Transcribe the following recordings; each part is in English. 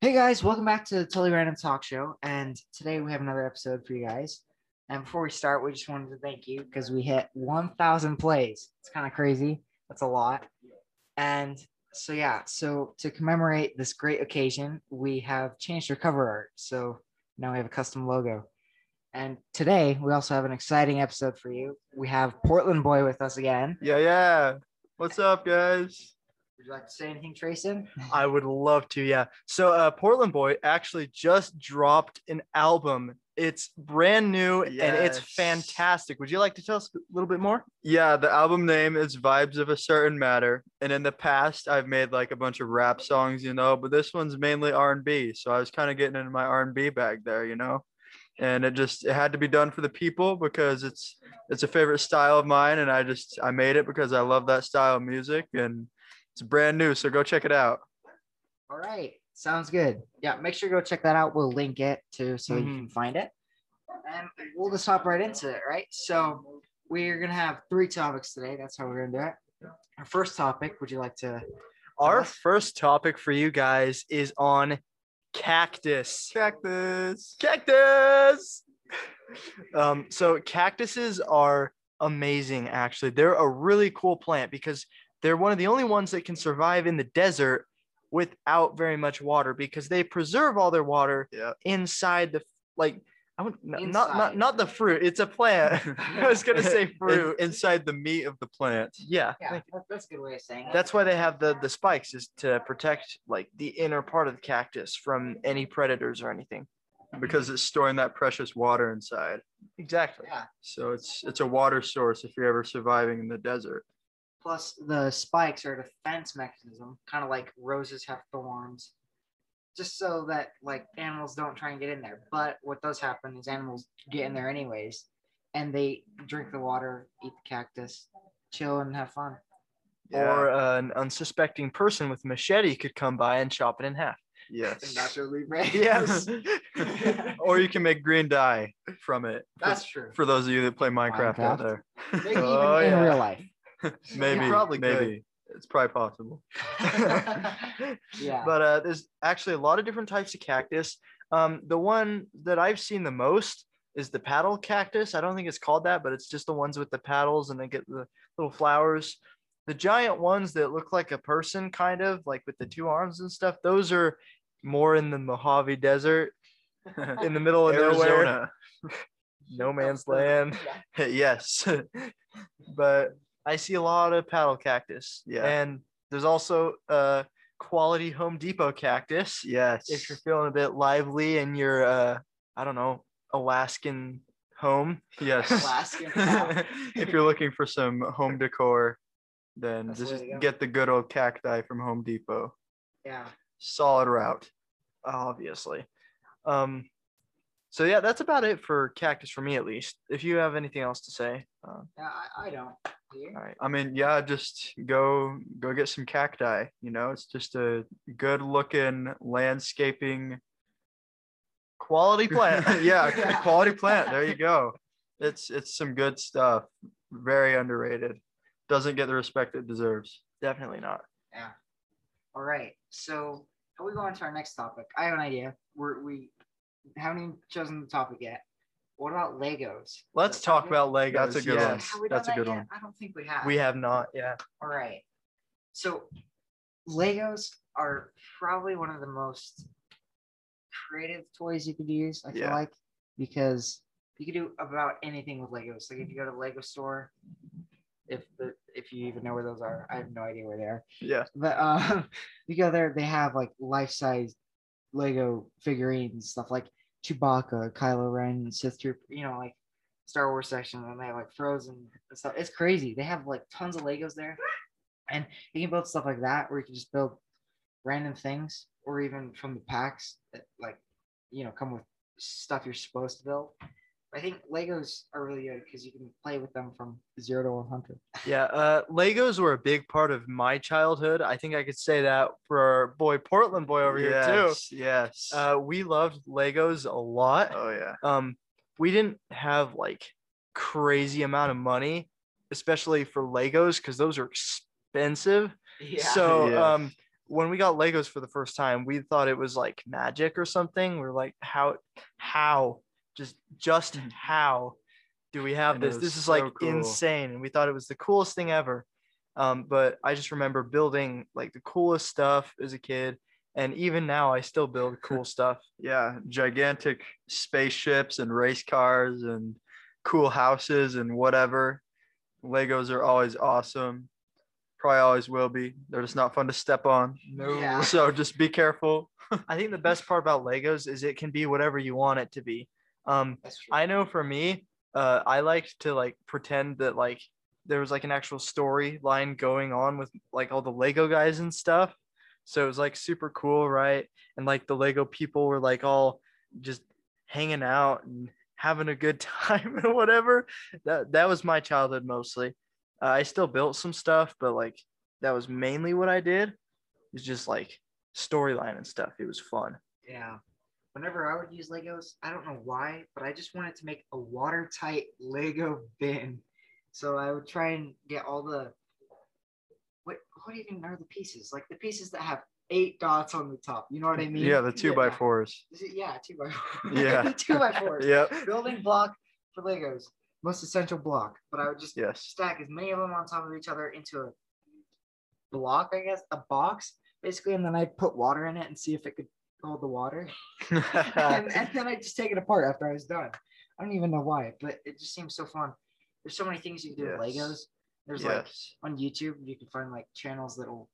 Hey guys, welcome back to the Totally Random Talk Show. And today we have another episode for you guys. And before we start, we just wanted to thank you because we hit 1,000 plays. It's kind of crazy. That's a lot. And so, yeah, so to commemorate this great occasion, we have changed our cover art. So now we have a custom logo. And today we also have an exciting episode for you. We have Portland Boy with us again. Yeah, yeah. What's up, guys? Would you like to say anything, Trayson? I would love to. Yeah. So, uh, Portland Boy actually just dropped an album. It's brand new and it's Yes. fantastic. Would you like to tell us a little bit more? Yeah, the album name is Vibes of a Certain Matter, and in the past I've made like a bunch of rap songs, you know, but this one's mainly R&B, so I was kind of getting into my R&B bag there, you know. And it just it had to be done for the people because it's it's a favorite style of mine and I just I made it because I love that style of music and it's brand new, so go check it out. All right. Sounds good. Yeah, make sure to go check that out. We'll link it too so you Mhm. can find it. And we'll just hop right into it, right? So we're gonna have three topics today. That's how we're gonna do it. Our first topic, would you like to Our Uh-huh. Yes. first topic for you guys is on cactus. Cactus. Cactus. um, so cactuses are amazing. Actually, they're a really cool plant because they're one of the only ones that can survive in the desert without very much water because they preserve all their water Yeah. inside the like. I would n- not Inside. not not the fruit. It's a plant. I was gonna say In- fruit. inside the meat of the plant. yeah. yeah, that- that's a good way of saying it. That's why they have the the spikes is to protect like the inner part of the cactus from any predators or anything. Because it's storing that precious water inside. Exactly. yeah. So it's it's a water source if you're ever surviving in the desert. Plus the spikes are a defense mechanism, kind of like roses have thorns. Just so that like animals don't try and get in there. But what does happen is animals get in there anyways, and they drink the water, eat the cactus, chill and have fun. Or uh, an unsuspecting person with a machete could come by and chop it in half. yes. Nacho Libre. Yes. or you can make green dye from it. For- That's true. for those of you that play Minecraft, Minecraft. out there. Maybe even Oh, in yeah. real life. Maybe probably could. maybe it's probably possible. yeah. But uh, there's actually a lot of different types of cactus. Um, the one that I've seen the most is the paddle cactus. I don't think it's called that, but it's just the ones with the paddles and they get the little flowers. The giant ones that look like a person, kind of like with the two arms and stuff, those are more in the Mojave Desert in the middle of nowhere, Arizona. no man's land. Yeah. yes. but I see a lot of paddle cactus. Yeah. And there's also uh, quality Home Depot cactus. Yes. If you're feeling a bit lively in your, uh, I don't know, Alaskan home, Yes. Alaskan. if you're looking for some home decor, then That's the way just to go. get the good old cacti from Home Depot. yeah. Solid route. obviously. Um, so yeah, that's about it for cactus for me at least. If you have anything else to say, uh, Yeah. I, I don't. Do you? all right. I mean, yeah, just go go get some cacti. You know, it's just a good looking landscaping Quality plant. yeah, Yeah. quality plant. There you go. It's it's some good stuff. Very underrated. Doesn't get the respect it deserves. Definitely not. All right. So how we go on to our next topic? I have an idea. We're, we haven't even chosen the topic yet. What about Legos? Is Let's that talk something- about Legos. That's a good one. yes. Have we done That's a that good yet? one. I don't think we have. We have not. Yeah. All right. So Legos are probably one of the most creative toys you could use, I feel Yeah. like, because you could do about anything with Legos. Like if you go to the Lego store, if the if you even know where those are, I have no idea where they are. Yeah. But um you go there, they have like life-size Lego figurines, stuff like Chewbacca, Kylo Ren, Sith Trooper, you know, like Star Wars section, and they have like Frozen and stuff. It's crazy. They have like tons of Legos there, and you can build stuff like that, or you can just build random things, or even from the packs that like you know come with stuff you're supposed to build. I think Legos are really good because you can play with them from zero to one hundred. Yeah, uh, Legos were a big part of my childhood. I think I could say that for our boy Portland boy over here yes, Yes. too. Uh, we loved Legos a lot. oh yeah. Um, we didn't have like crazy amount of money, especially for Legos, because those are expensive. Yeah. So Yeah. um, when we got Legos for the first time, we thought it was like magic or something. We are like, how, how, just, just how do we have And it this? was This is so like cool. insane. And we thought it was the coolest thing ever. Um, but I just remember building like the coolest stuff as a kid. And even now, I still build cool stuff. Yeah, gigantic spaceships and race cars and cool houses and whatever. Legos are always awesome. Probably always will be. They're just not fun to step on. No. Yeah. So just be careful. I think the best part about Legos is it can be whatever you want it to be. Um, That's true. I know for me, uh, I liked to like pretend that like there was like an actual storyline going on with like all the Lego guys and stuff. So it was like super cool, right? And like the Lego people were like all just hanging out and having a good time and whatever. That that was my childhood mostly. Uh, I still built some stuff, but like that was mainly what I did. It's just like storyline and stuff. It was fun. Yeah. Whenever I would use Legos, I don't know why, but I just wanted to make a watertight Lego bin. So I would try and get all the what what even are the pieces? Like the pieces that have eight dots on the top. You know what I mean? Yeah, the two by Yeah. fours. Is it- Yeah, two by four. Yeah. two by four. Yep. Building block for Legos. Most essential block. But I would just Yes. stack as many of them on top of each other into a block, I guess, a box, basically, and then I put water in it and see if it could hold the water. and, and then I just take it apart after I was done. I don't even know why, but it just seems so fun. There's so many things you can do with Yes. Legos. There's like yes. on YouTube, you can find like channels that'll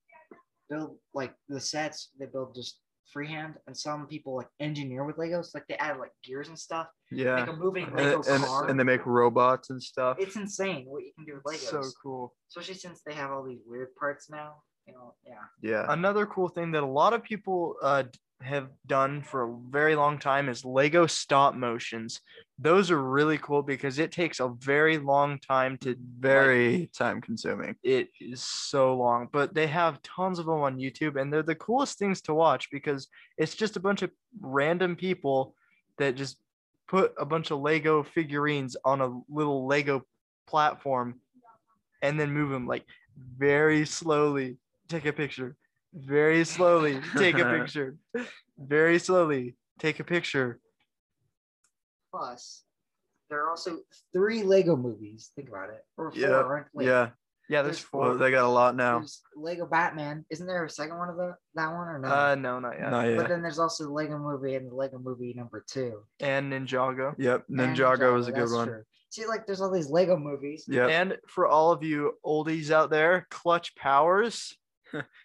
build like the sets. They build just freehand, and some people like engineer with Legos. Like they add like gears and stuff, Yeah. like a moving Lego And, and, car. and they make robots and stuff. it's insane what you can do with Legos So cool. especially since they have all these weird parts now. You know, yeah. Yeah. Another cool thing that a lot of people uh, d- have done for a very long time is Lego stop motions. Those are really cool because it takes a very long time to. Very time consuming. It is so long, but they have tons of them on YouTube, and they're the coolest things to watch because it's just a bunch of random people that just put a bunch of Lego figurines on a little Lego platform and then move them like very slowly. Take a picture. Very slowly. Take a picture. Very slowly. Take a picture. Plus, there are also three Lego movies. Think about it. Or four, Yeah, aren't wait, Yeah. Yeah, there's There's Well, four. they got a lot now. There's Lego Batman. Isn't there a second one of the, that one or no? Uh, no, not yet. Not But yet. then there's also the Lego movie and the Lego movie number two. And Ninjago. Yep. And Ninjago was a that's good one. true. See, like there's all these Lego movies. Yep. And for all of you oldies out there, Clutch Powers.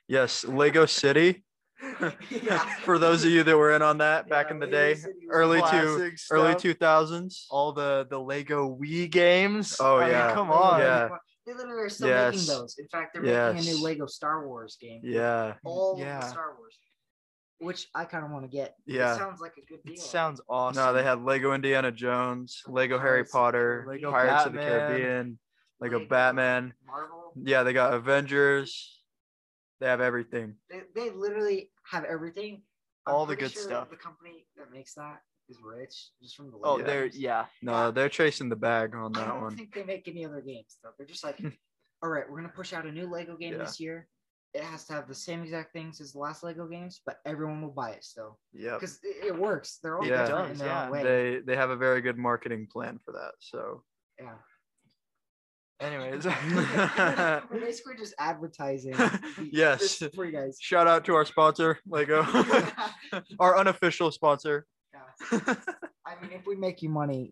Yes, Lego City. Yeah. For those of you that were in on that back Yeah, in the Lego day, City was early two, classic early stuff. two thousands. all the the Lego Wii games. Oh, I mean, yeah. come Lego on. movies. Yeah. They literally are still Yes. making those. In fact, they're making a Yes. new Lego Star Wars game. with Yeah, All of Yeah. the Star Wars. Which I kind of want to get. It yeah. sounds like a good deal. It sounds awesome. No, they had Lego Indiana Jones, Lego Harry Pirates of the Potter, Caribbean. Pirates of the Batman. Caribbean, Lego Lego. Batman. Marvel. Yeah, they got Avengers. They have everything. They, they literally have everything. All the pretty good stuff. The company that makes that is rich, just from the. oh, Legos. they're yeah. No, they're chasing the bag on I that don't one. think they make any other games though. They're just like, all right, we're gonna push out a new Lego game Yeah. this year. It has to have the same exact things as the last Lego games, but everyone will buy it still Yep. because it, it works. They're all It different in does, their yeah. own way. They they have a very good marketing plan for that. So Anyways, yeah. we're basically just advertising. the- Yes. this for you guys. shout out to our sponsor, Lego, yeah. our unofficial sponsor. I mean, if we make you money,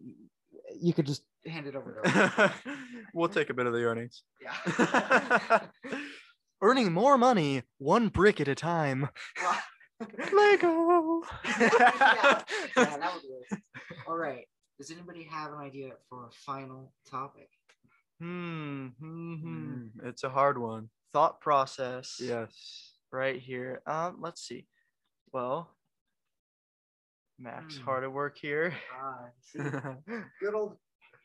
you could just hand it over to us. we'll take a bit of the earnings. Yeah. earning more money one brick at a time. Wow. Lego. Hmm. Yeah. yeah, that would work. All right. Does anybody have an idea for a final topic? Hmm. Mm-hmm. hmm, hmm. Mm, it's a hard one. Thought process. Yes. Right here. Um. Let's see. Well. Max Hmm. hard at work here. Uh, see, good old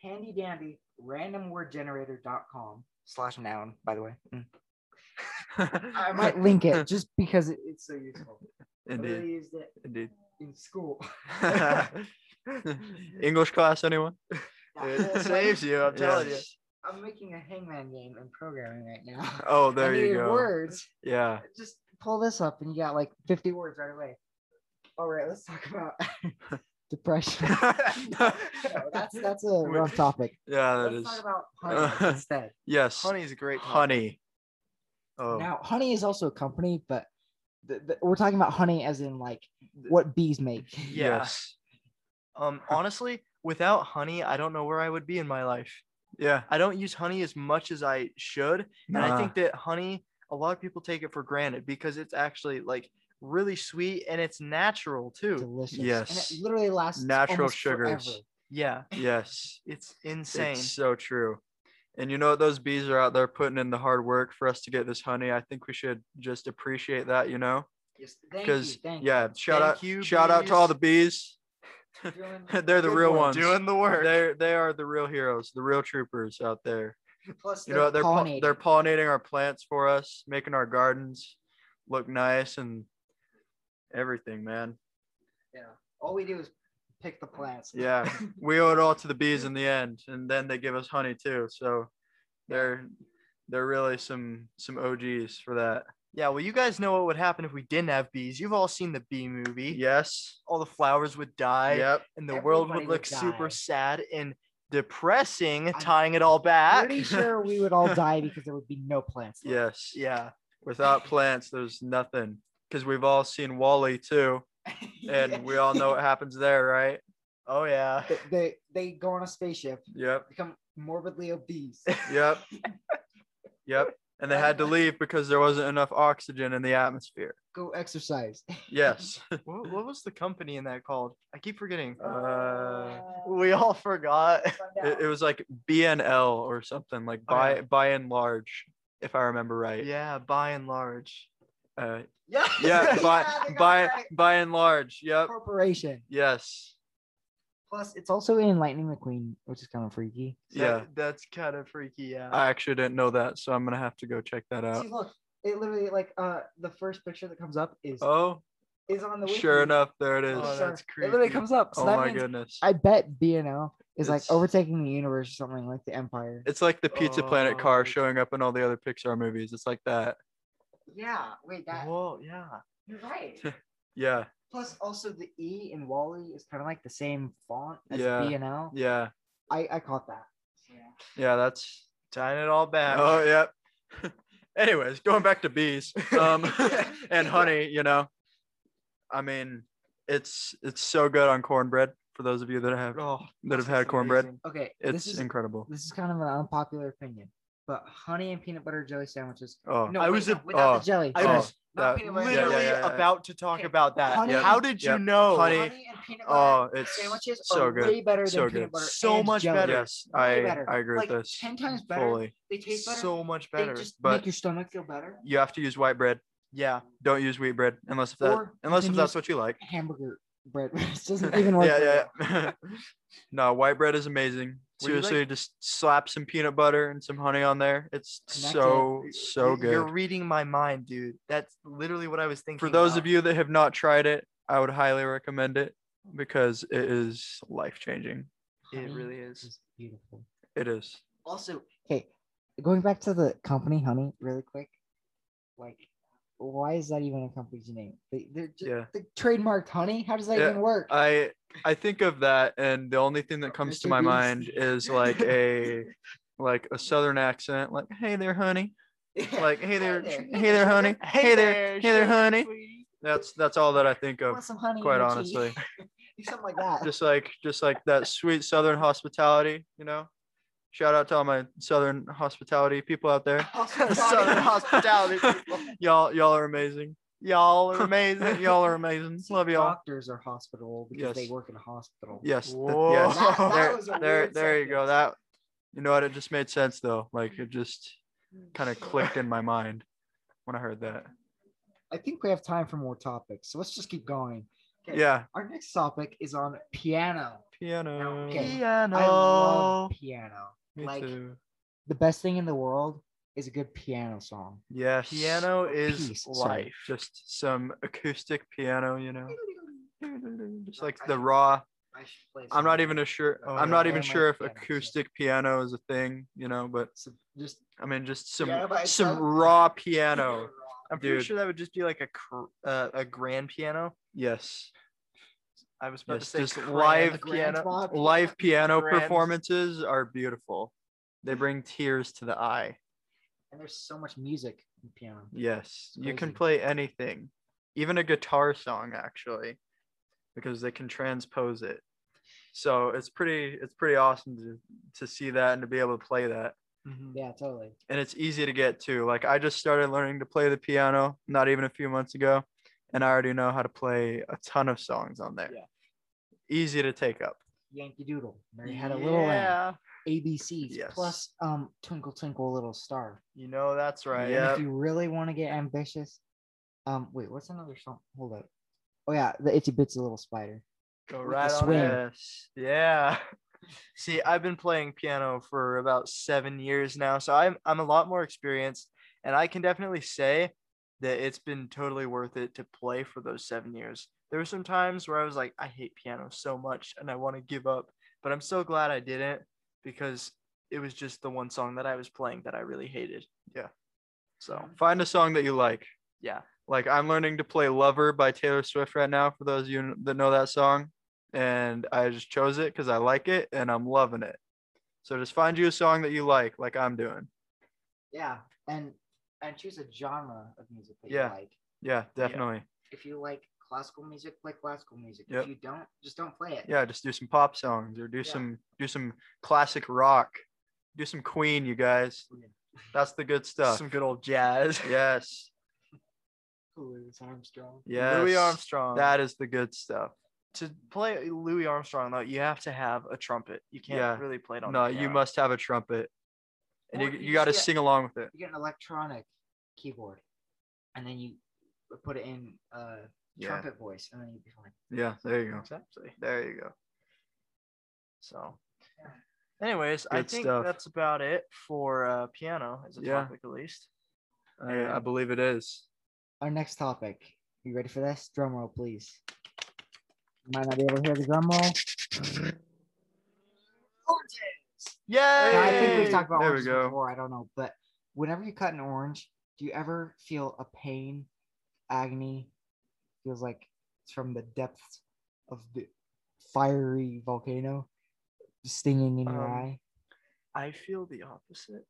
handy dandy randomwordgenerator.com slash noun, by the way. Mm. I might link it just because it, it's so useful. I Indeed. really used it Indeed. in school. English class, anyone? It saves you. I'm telling Yes. I'm making a hangman game and programming right now. Oh, I there you needed go. Words. Yeah. Just pull this up and you got like 50 words right away. All right, let's talk about depression. no, that's that's a rough topic. yeah, that Let's is. uh, talk about honey instead. Yes. Honey. Honey's a great. topic. Oh. Now, honey is also a company, but th- th- we're talking about honey as in like what bees make. Yeah. Yes. Um, honestly, without honey, I don't know where I would be in my life. Yeah. I don't use honey as much as I should, and I Nah. think that honey, a lot of people take it for granted because it's actually like really sweet and it's natural too. Delicious. Yes. And it literally lasts Natural almost sugars. forever. Yeah, Yes. it's insane. It's so true. And you know what? Those bees are out there putting in the hard work for us to get this honey. I think we should just appreciate that, you know? Yes. Thank you. Because Thank yeah, shout Thank out you, shout out to all bees. the bees. you. Doing- They're the Good real work. ones. Doing the work. They're they are the real heroes, the real troopers out there. Plus, You know what? They're pol- pollinating. they're pollinating our plants for us, making our gardens look nice and everything, man. Yeah. All we do is pick the plants. Yeah, we owe it all to the bees in the end, and then they give us honey too. So they're they're really some some OGs for that. yeah, well, you guys know what would happen if we didn't have bees. You've all seen the bee movie. Yes. All the flowers would die, yep. and the world Everybody would would look super die. sad and depressing. I'm tying it all back. Pretty sure we would all die because there would be no plants. left. Yes. Yeah. Without plants, there's nothing. Because we've all seen Wally too, and we all know what happens there, right? Oh yeah. They, they they go on a spaceship, Yep. become morbidly obese. Yep. yep. And they had to leave because there wasn't enough oxygen in the atmosphere. go exercise. Yes. what, what was the company in that called? I keep forgetting. Uh, Oh, We all forgot. it, uh, it was like BNL or something like Oh, yeah. by by and large, if I remember right. Yeah, by and large. Uh, yeah. yeah, by they got by that by and large. Yep. corporation. Yes. Plus, it's also in Lightning McQueen, which is kind of freaky. That- Yeah. that's kind of freaky. Yeah. I actually didn't know that, so I'm gonna have to go check that out. See, look, it literally like uh the first picture that comes up is Oh, is on the wiki. sure enough, there it Oh, Sure. is. that's It literally creepy. comes up. So Oh that my means goodness. I bet BNL is like It's- overtaking the universe or something like the Empire. It's like the Pizza Planet Oh. car showing up in all the other Pixar movies. It's like that. Yeah, wait, Whoa. Yeah. you're right. Yeah. Plus, also the E in Wally is kind of like the same font as Yeah. B and L. Yeah. I I caught that. Yeah. That's Tying it all back. Oh yep. Anyways, going back to bees um, and honey, you know, I mean, it's it's so good on cornbread. For those of you that have Oh, that that's have had cornbread, amazing. Okay, it's this is incredible. this is kind of an unpopular opinion, but honey and peanut butter jelly sandwiches. Oh, No, I wait, was no, a- without oh, the jelly. I sorry. was Not that- peanut butter literally jelly. Yeah, yeah, yeah, yeah. about to talk Okay. about that. Honey- How did you Yep. know? Honey- and peanut butter oh, it's sandwiches so are good. way better than So peanut good. butter. So and much jelly. better. yes, Way I better. I agree Like, with this Ten times better. fully. They taste better. So much they better. just but- make your stomach feel better. You have to use white bread. yeah. Don't use wheat bread unless if that Or you unless can if that's what you like. Hamburger bread This doesn't even work. yeah, very yeah. well. yeah. no, white bread is amazing. Would you like- Seriously, just slap some peanut butter and some honey on there. It's Connect it. so so You're- You're good. reading my mind, dude. That's literally what I was thinking. For those about. of you that have not tried it, I would highly recommend it because it is life changing. it Honey really is. beautiful. It is. Also, okay, going back to the company, honey, really quick. Like, why is that even a company's name? They, they're just, Yeah. they trademarked honey. How does that Yeah, even work? I I think of that, and the only thing that comes to Mr. my Beast. mind is like a like a southern accent, like "Hey there, honey." Like "Hey there, there. hey there, honey." Hey there, hey there, sugar honey. sweetie. That's that's all that I think Want of. some honey? in Quite your tea? honestly. something like that. just like just like that sweet southern hospitality you know shout out to all my southern hospitality people out there Also, Southern honey- hospitality people. y'all y'all are amazing Y'all are amazing. y'all are amazing love y'all Doctors are hospital because Yes. they work in a hospital. yes th- Whoa. yes That- that there, was a there, weird there you go sentence. that you know what it just made sense though like it just kind of clicked in my mind when i heard that I think we have time for more topics, so let's just keep going. Okay. yeah Our next topic is on piano. piano Okay. Piano. I love piano. me like too the best thing in the world is a good piano song. yes Piano is Peace, sorry. life. just some acoustic piano you know just like I- the raw I should play I'm not even a sure. Oh, I'm yeah, not I am even sure like if piano, so- acoustic piano is a thing, you know. But So just I mean, just some Piano by some itself? raw piano. I'm pretty Dude. sure that would just be like a cr- uh, a grand piano. Yes. I was about Yes, to just say live grand grand piano. swap. Live piano Grand. performances are beautiful. They bring tears to the eye. And there's so much music in piano. Yes, you can crazy. play anything, even a guitar song actually, because they can transpose it. So it's pretty it's pretty awesome to to see that and to be able to play that. Mhm. Mm-hmm. Yeah, totally. And it's easy to get to. Like I just started learning to play the piano not even a few months ago, and I already know how to play a ton of songs on there. Yeah. Easy to take up. Yankee Doodle. Mary had a little uh, lamb. Yeah. ABCs Yes. plus um Twinkle Twinkle Little Star. You know that's right. And Yeah. If you really want to get ambitious, um, wait, what's another song? Hold up. Oh yeah, the Itsy Bitsy Little Spider. Go the right on swing. in. Yes. Yeah. See, I've been playing piano for about seven years now, so I'm I'm a lot more experienced, and I can definitely say that it's been totally worth it to play for those seven years. There were some times where I was like, I hate piano so much, and I want to give up, but I'm so glad I didn't because it was just the one song that I was playing that I really hated. Yeah. So Find a song that you like. yeah, like I'm learning to play Lover by Taylor Swift right now for those of you that know that song and I just chose it cuz I like it and I'm loving it. So just find you a song that you like like I'm doing. Yeah, and and choose a genre of music that Yeah. you like. Yeah, definitely. If you like classical music, play classical music. Yep. If you don't, just don't play it. Yeah, just do some pop songs or do Yeah. some do some classic rock. Do some Queen, you guys. Yeah. That's the good stuff. some good old jazz. yes. Louis Armstrong. Yes. Louis Armstrong. That is the good stuff. to play Louis Armstrong though, you have to have a trumpet. You can't Yeah. really play it on. No, the you piano. must have a trumpet and Or you, you you got to just sing along with it. You get an electronic keyboard, and then you put it in uh Yeah. trumpet voice, and then you'd be fine. Yeah, there you go. Exactly. There you go. So, anyways, I Good think stuff. that's about it for uh, piano as a Yeah. topic, at least. I, uh, I And- believe it is. Our next topic. You ready for this? Drum roll, please. You might not be able to hear the drum roll. Yeah. Now, I think we've talked about There we oranges go. before. I don't know, but whenever you cut an orange, do you ever feel a pain, agony? Feels like it's from the depths of the fiery volcano, stinging in your Um, eye I feel the opposite.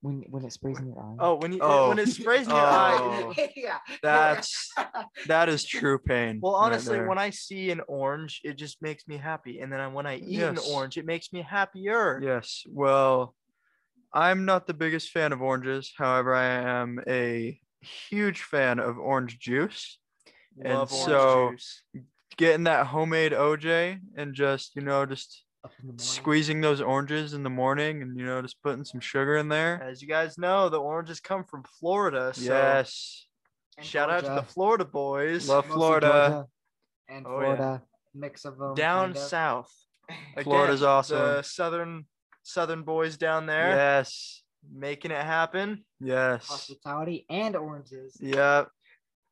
when when it sprays in your eye. Oh, when you Oh. when it sprays in your eye. Oh. yeah, That's that is true pain. Well, honestly, when I see an orange, it just makes me happy, and then I- when I eat an Yes. orange, it makes me happier. yes, well, I'm not the biggest fan of oranges. However, I am a huge fan of orange juice. And Love orange so- juice. Getting that homemade OJ and just you know just Up in the morning. squeezing those oranges in the morning and you know just putting some sugar in there. as you guys know, the oranges come from Florida. So yes, And Shout out to the Georgia. Florida boys. Love Mostly Florida. Georgia and Oh, yeah. Florida mix of them down kind of. south. Florida's awesome. The southern southern boys down there Yes, making it happen. yes, hospitality and oranges. yep.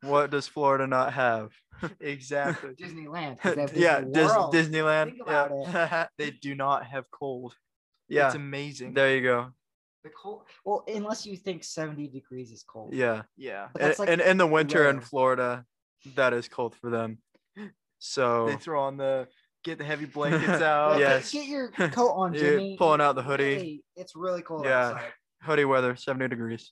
What does Florida not have? Exactly. Disneyland. 'cause they have yeah, Disney Dis- World. Disneyland. Think yeah. about it. they do not have cold. Yeah, It's amazing. there you go. The cold. Well, unless you think seventy degrees is cold. Yeah, yeah. But and, that's like and in the winter in rare. Florida, that is cold for them. So They throw on the get the heavy blankets out. Like, Yeah. get- oh, yes. Get your coat on, Yeah, Jimmy. pulling It's out the hoodie. really- it's really cold Yeah. outside. hoodie weather, seventy degrees.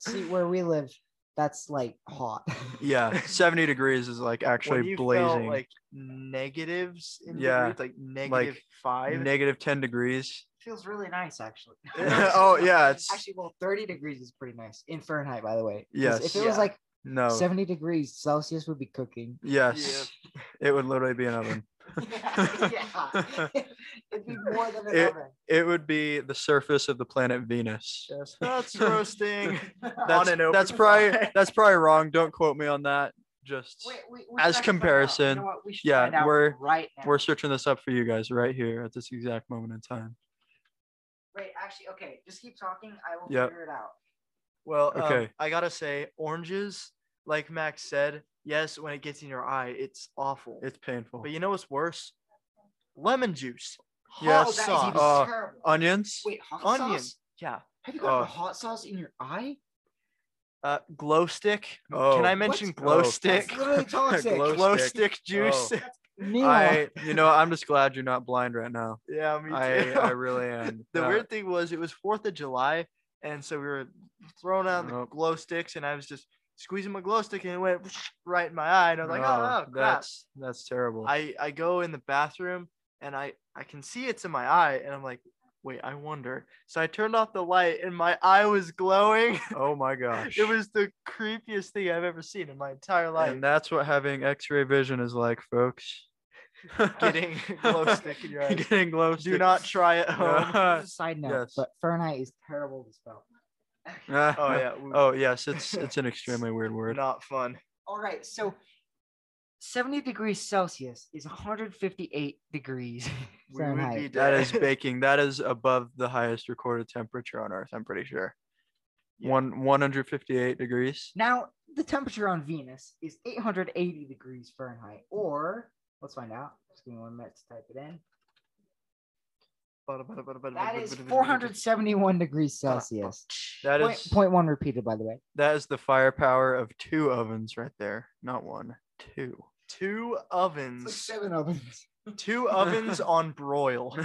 See where we live, that's like hot. yeah, seventy degrees is like When actually you blazing. felt like negatives in Yeah. degrees, like negative five. Negative ten degrees. feels really nice actually. oh yeah, it's Actually, well, thirty degrees is pretty nice in Fahrenheit, by the way. 'Cause Yes. Oh. If it Yeah. was like no. seventy degrees Celsius, would be cooking. yes, it would literally be an oven. yeah. It'd be more than an It- oven. It would be the surface of the planet Venus. Chestnuts roasting. That's, an open that's probably fire. that's probably wrong. Don't quote me on that. Just Wait, we- we should As actually find out. comparison, You know what? We should yeah, find out we're- right now. we're searching this up for you guys right here at this exact moment in time. Wait, actually, okay, just keep talking. I will Yep. figure it out. Well, um, Okay. I gotta say, oranges, like Max said, yes, when it gets in your eye, it's awful. It's painful. but you know what's worse? Lemon juice, hot Yes. oh, that is sauce, even uh, terrible. Onions. Wait, hot onion. sauce? Yeah, Have you got uh, hot sauce in your eye? Uh, glow stick. Oh, Can I mention What? glow Oh. That's stick? literally toxic. Glow Glow stick. Oh. stick, juice. Neon. I, you know, I'm just glad you're not blind right now. yeah, me too. I, I really am. the No, weird thing was it was Fourth of July, and so we were throwing out the Nope. glow sticks, and I was just squeezing my glow stick, and it went right in my eye, and I was like, no, oh, oh crap. that's that's terrible. I I go in the bathroom, and I I can see it's in my eye, and I'm like, wait, I wonder. So I turned off the light, and my eye was glowing. oh my gosh. it was the creepiest thing I've ever seen in my entire life. And that's what having X-ray vision is like, folks. Getting glow stick in your eyes. Getting glow stick. Do not try at home. Just a side note, uh, yes. but Fahrenheit is terrible to spell. Oh yeah. we- Oh yes, it's it's an extremely weird word. Not fun. All right, so 70 degrees Celsius is 158 degrees We would Fahrenheit. be That dead. is baking. That is above the highest recorded temperature on Earth. I'm pretty sure. Yeah. One 158 degrees. Now, the temperature on Venus is 880 degrees Fahrenheit, or let's find out. Just give me one minute to type it in. That is 471 degrees Celsius. That Point, is point one repeated, by the way. that is the firepower of two ovens right there. Not one, two. Two ovens. seven ovens. Two ovens on broil.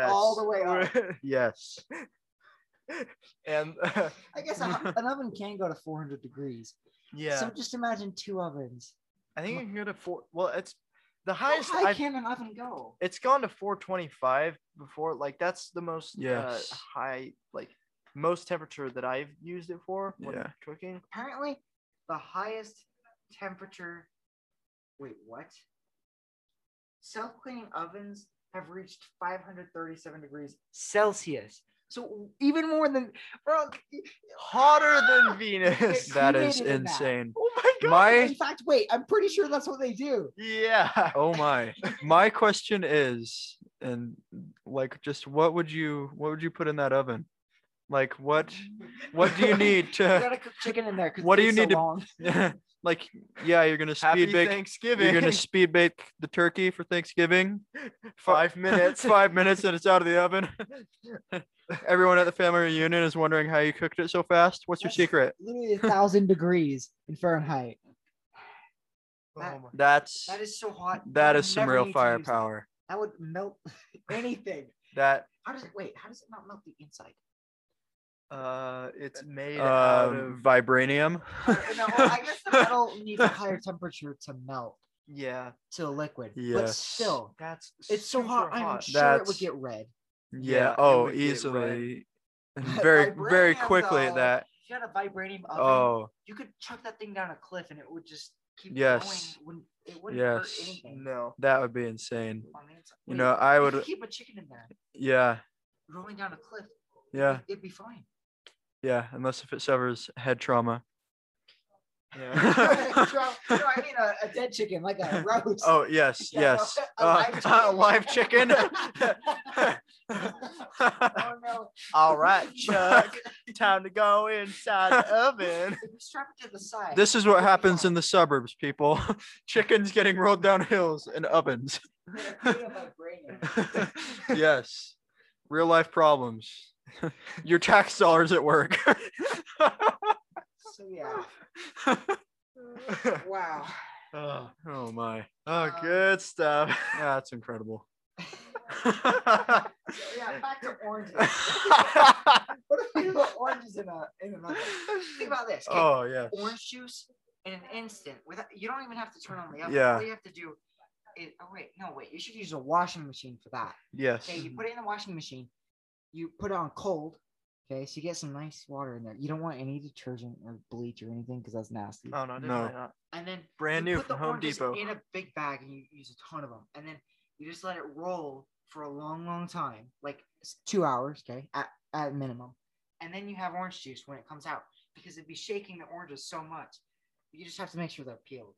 All the way up. yes. and uh, I guess a, ho- an oven can go to 400 degrees. yeah, So just imagine two ovens. I think you can go to four. Well, it's the How highest. high I've, can an oven go? it's gone to 425 before. Like that's the most Yes. uh, high, like most temperature that I've used it for when Yeah. cooking. Apparently, the highest temperature. Wait, what? Self cleaning ovens have reached 537 degrees Celsius. So even more than. Bro, Hotter than Venus. It's That is created in that. insane. oh my god. in My fact, wait, I'm pretty sure that's what they do. yeah. oh my. My question is, and like, just what would you what would you put in that oven? Like, what what do you need You to? gotta cook chicken in there. 'cause it What do takes you so need to- long. like, yeah, you're gonna Happy speed bake. Thanksgiving. You're gonna speed bake the turkey for Thanksgiving. five minutes. Five minutes and it's out of the oven. Everyone at the family reunion is wondering how you cooked it so fast. What's your That's- secret? Literally a thousand degrees in Fahrenheit. Oh my- That's That is so hot. You that would is some never real need to use that. firepower. That would melt anything. That How does it wait? How does it not melt the inside? Uh, it's made out um, of vibranium. no, well, I guess the metal needs a higher temperature to melt yeah. to a liquid. But Yes. still, That's it's so hot. super I'm sure it That's- would get red. Yeah. it Oh, would get red. easily. and Very, very Vibranium, quickly though. at that. If you had a vibranium oven, Oh, you could chuck that thing down a cliff and it would just keep Yes. going. Wouldn't, it wouldn't hurt Yes. anything. No. that would be insane. on the inside. You Wait, know, I you could would. keep a chicken in there Yeah. rolling down a cliff. Yeah. It'd be fine. Yeah. Unless if it severs head trauma. Yeah. no, I mean a, a dead chicken, like a roast. Oh yes, Yeah, no, yes. a live Uh, live chicken. Oh no. All right, Chuck. time to go inside the oven. Strap it to the side. this is what happens in the suburbs, people. Chickens getting rolled down hills in ovens. yes. Real life problems. Your tax dollars at work. so yeah. oh, Wow. oh, oh my. good stuff. Yeah, that's incredible. So, yeah, back to oranges. what if we put oranges in a in an oven? Think about this. okay? oh yeah. Orange juice in an instant. Without you don't even have to turn on the oven. Yeah. All you have to do is oh wait, no wait. You should use a washing machine for that. Yes. Okay, you put it in the washing machine. You put it on cold. Okay, so you get some nice water in there. You don't want any detergent or bleach or anything because that's nasty. Oh no, definitely not. and then Brand you new put the from Home oranges Depot. in a big bag and you use a ton of them and then you just let it roll for a long long time like s- two hours okay at, at minimum and then you have orange juice when it comes out because it'd be shaking the oranges so much you just have to make sure they're peeled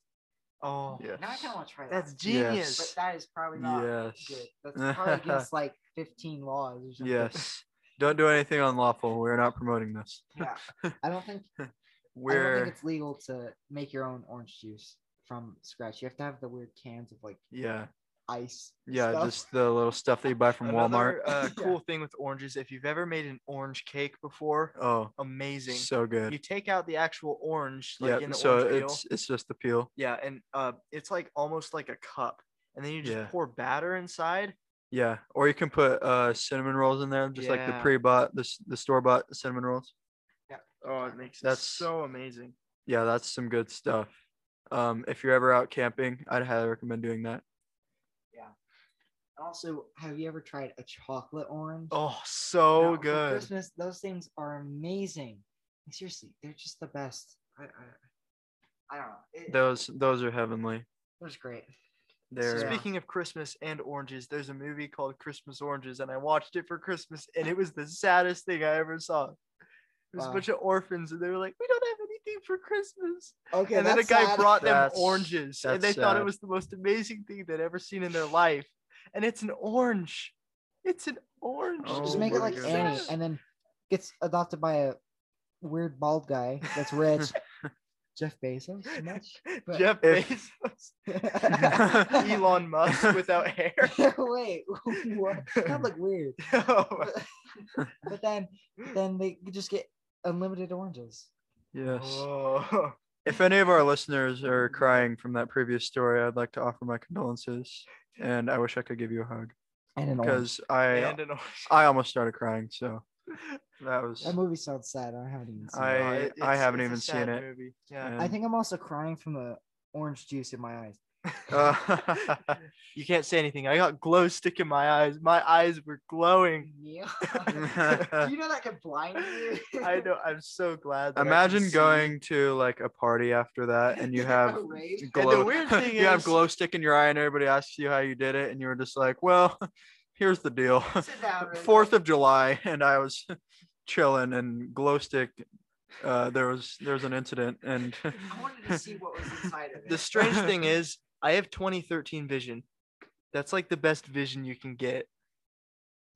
Oh, Yes. now i kind of want to try that that's Yes. genius. but that is probably not Yes. good that's probably against like 15 laws or something Yes. Don't do anything unlawful. We're not promoting this. yeah i don't think i don't We're think it's legal to make your own orange juice from scratch you have to have the weird cans of like yeah. ice. Yeah, stuff. just the little stuff that you buy from Walmart. Another, uh, Yeah. cool thing with oranges, if you've ever made an orange cake before, Oh, amazing. so good. you take out the actual orange, like in yeah, the so orange peel. it's it's just the peel. Yeah, and uh, it's like almost like a cup, and then you just Yeah. pour batter inside. Yeah, or you can put uh cinnamon rolls in there, just like the Yeah. pre-bought, the s- the store-bought cinnamon rolls. Oh, it makes it that's so so amazing. Yeah, that's some good stuff. Um, if you're ever out camping, I'd highly recommend doing that. Also, have you ever tried a chocolate orange? Oh, so Now, for good. Christmas, those things are amazing. Seriously, they're just the best. I, I, I don't know. It, Those those are heavenly. it was great. They're uh Yeah. Speaking of Christmas and oranges, there's a movie called Christmas Oranges, and I watched it for Christmas, and it was the saddest thing I ever saw. There's a Wow. bunch of orphans, and they were like, "We don't have anything for Christmas." Okay, and then a that's guy sad. brought them That's- oranges, and they that's thought it sad. was the most amazing thing they'd ever seen in their life. And it's an orange. It's an orange. Oh Just make my it like goodness. Annie, and then gets adopted by a weird bald guy that's rich. Jeff Bezos, too much. but- Jeff If- Bezos, Elon Musk without hair. Wait, what? That look weird. But then, then they could just get unlimited oranges. yes. Whoa. If any of our listeners are crying from that previous story, I'd like to offer my condolences, and I wish I could give you a hug And an orange. because I And an orange. I almost started crying. So that was That movie sounds sad. I haven't even seen I- it. Oh, it- I it's- haven't it's a even seen sad it. Movie. Yeah. I and- think I'm also crying from the orange juice in my eyes. Uh, you can't say anything. I got glow stick in my eyes. My eyes were glowing. Neil, you know that could blind you? I know. I'm so glad. that I can Imagine see. going to like a party after that and you have A rave? glow. weird thing you have is- glow stick in your eye and everybody asks you how you did it and you were just like, well, here's the deal. Sit down. Raven. Fourth of July and I was chilling and glow stick. Uh, there was there was an incident and I wanted to see what was inside of it. The strange thing is, I have 2013 vision. That's like the best vision you can get.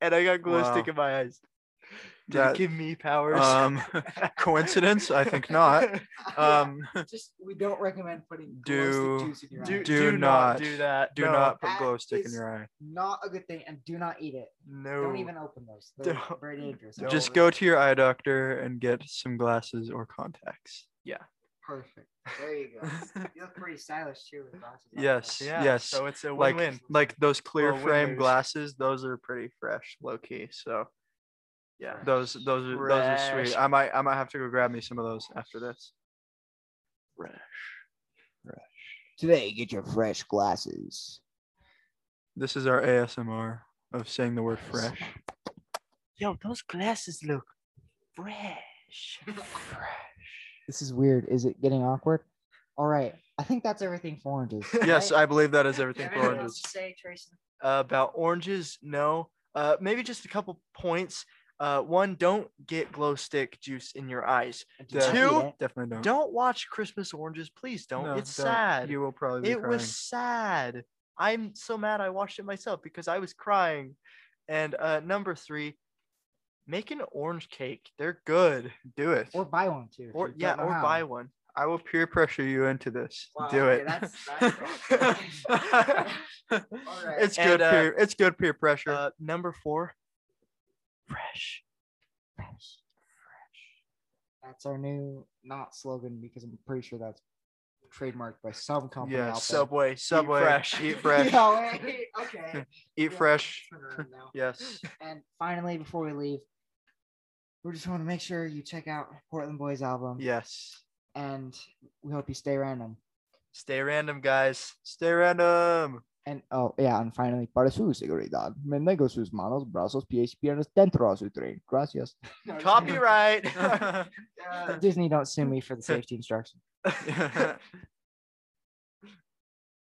And I got glow Wow. stick in my eyes. Did that it give me powers? um coincidence I think not um just we don't recommend putting Do- do juice in your do, eye. do do not not- do that. do No, not put that glow stick in is- your eye Not a good thing, and do not eat it. No. Don't even open those. They're Don't- very dangerous. don't. just go to your eye doctor and get some glasses or contacts Perfect. There you go. You look pretty stylish too with glasses. on. Yes. Yeah. Yes. So it's a like win-win. like those clear Well, frame windows. glasses those are pretty fresh low key so yeah. those those are those are Fresh. sweet i might i might have to go grab me some of those after this Today, get your fresh glasses. this is our asmr of saying the word fresh Yo, those glasses look fresh. This is weird. Is it getting awkward? All right. I think that's everything for oranges. yes right? i believe that is everything Everything for Everything oranges Say, Tracy. uh, about oranges, no. Uh, maybe just a couple points. Uh, one, don't get glow stick juice in your eyes. Do Def- not eat Two- it. definitely don't Don't watch Christmas oranges, please. Don't. No, it's sad. you will probably be It crying. was sad. I'm so mad I watched it myself because I was crying. And uh, number three, make an orange cake. They're good. do it Or buy one too. if Or you don't yeah, know or how. buy one. i will peer pressure you into this Wow, do okay, it that's- Alright. it's And, good uh, peer, it's good peer pressure Uh, number four, fresh. Fresh. That's our new not slogan because I'm pretty sure that's trademarked by some company. Yeah, out there. Subway. subway Subway. fresh. eat fresh Yeah, wait, okay. eat Yeah, fresh turn around now. yes And finally, before we leave, we just want to make sure you check out Portland Boys album, yes and we hope you stay random. Stay random, guys. Stay random. And oh yeah, and finally, para su seguridad, mantenga sus manos, brazos, pies, y piernas dentro de su tren. Gracias. No, just kidding. Copyright. Disney, don't sue me for the safety instructions.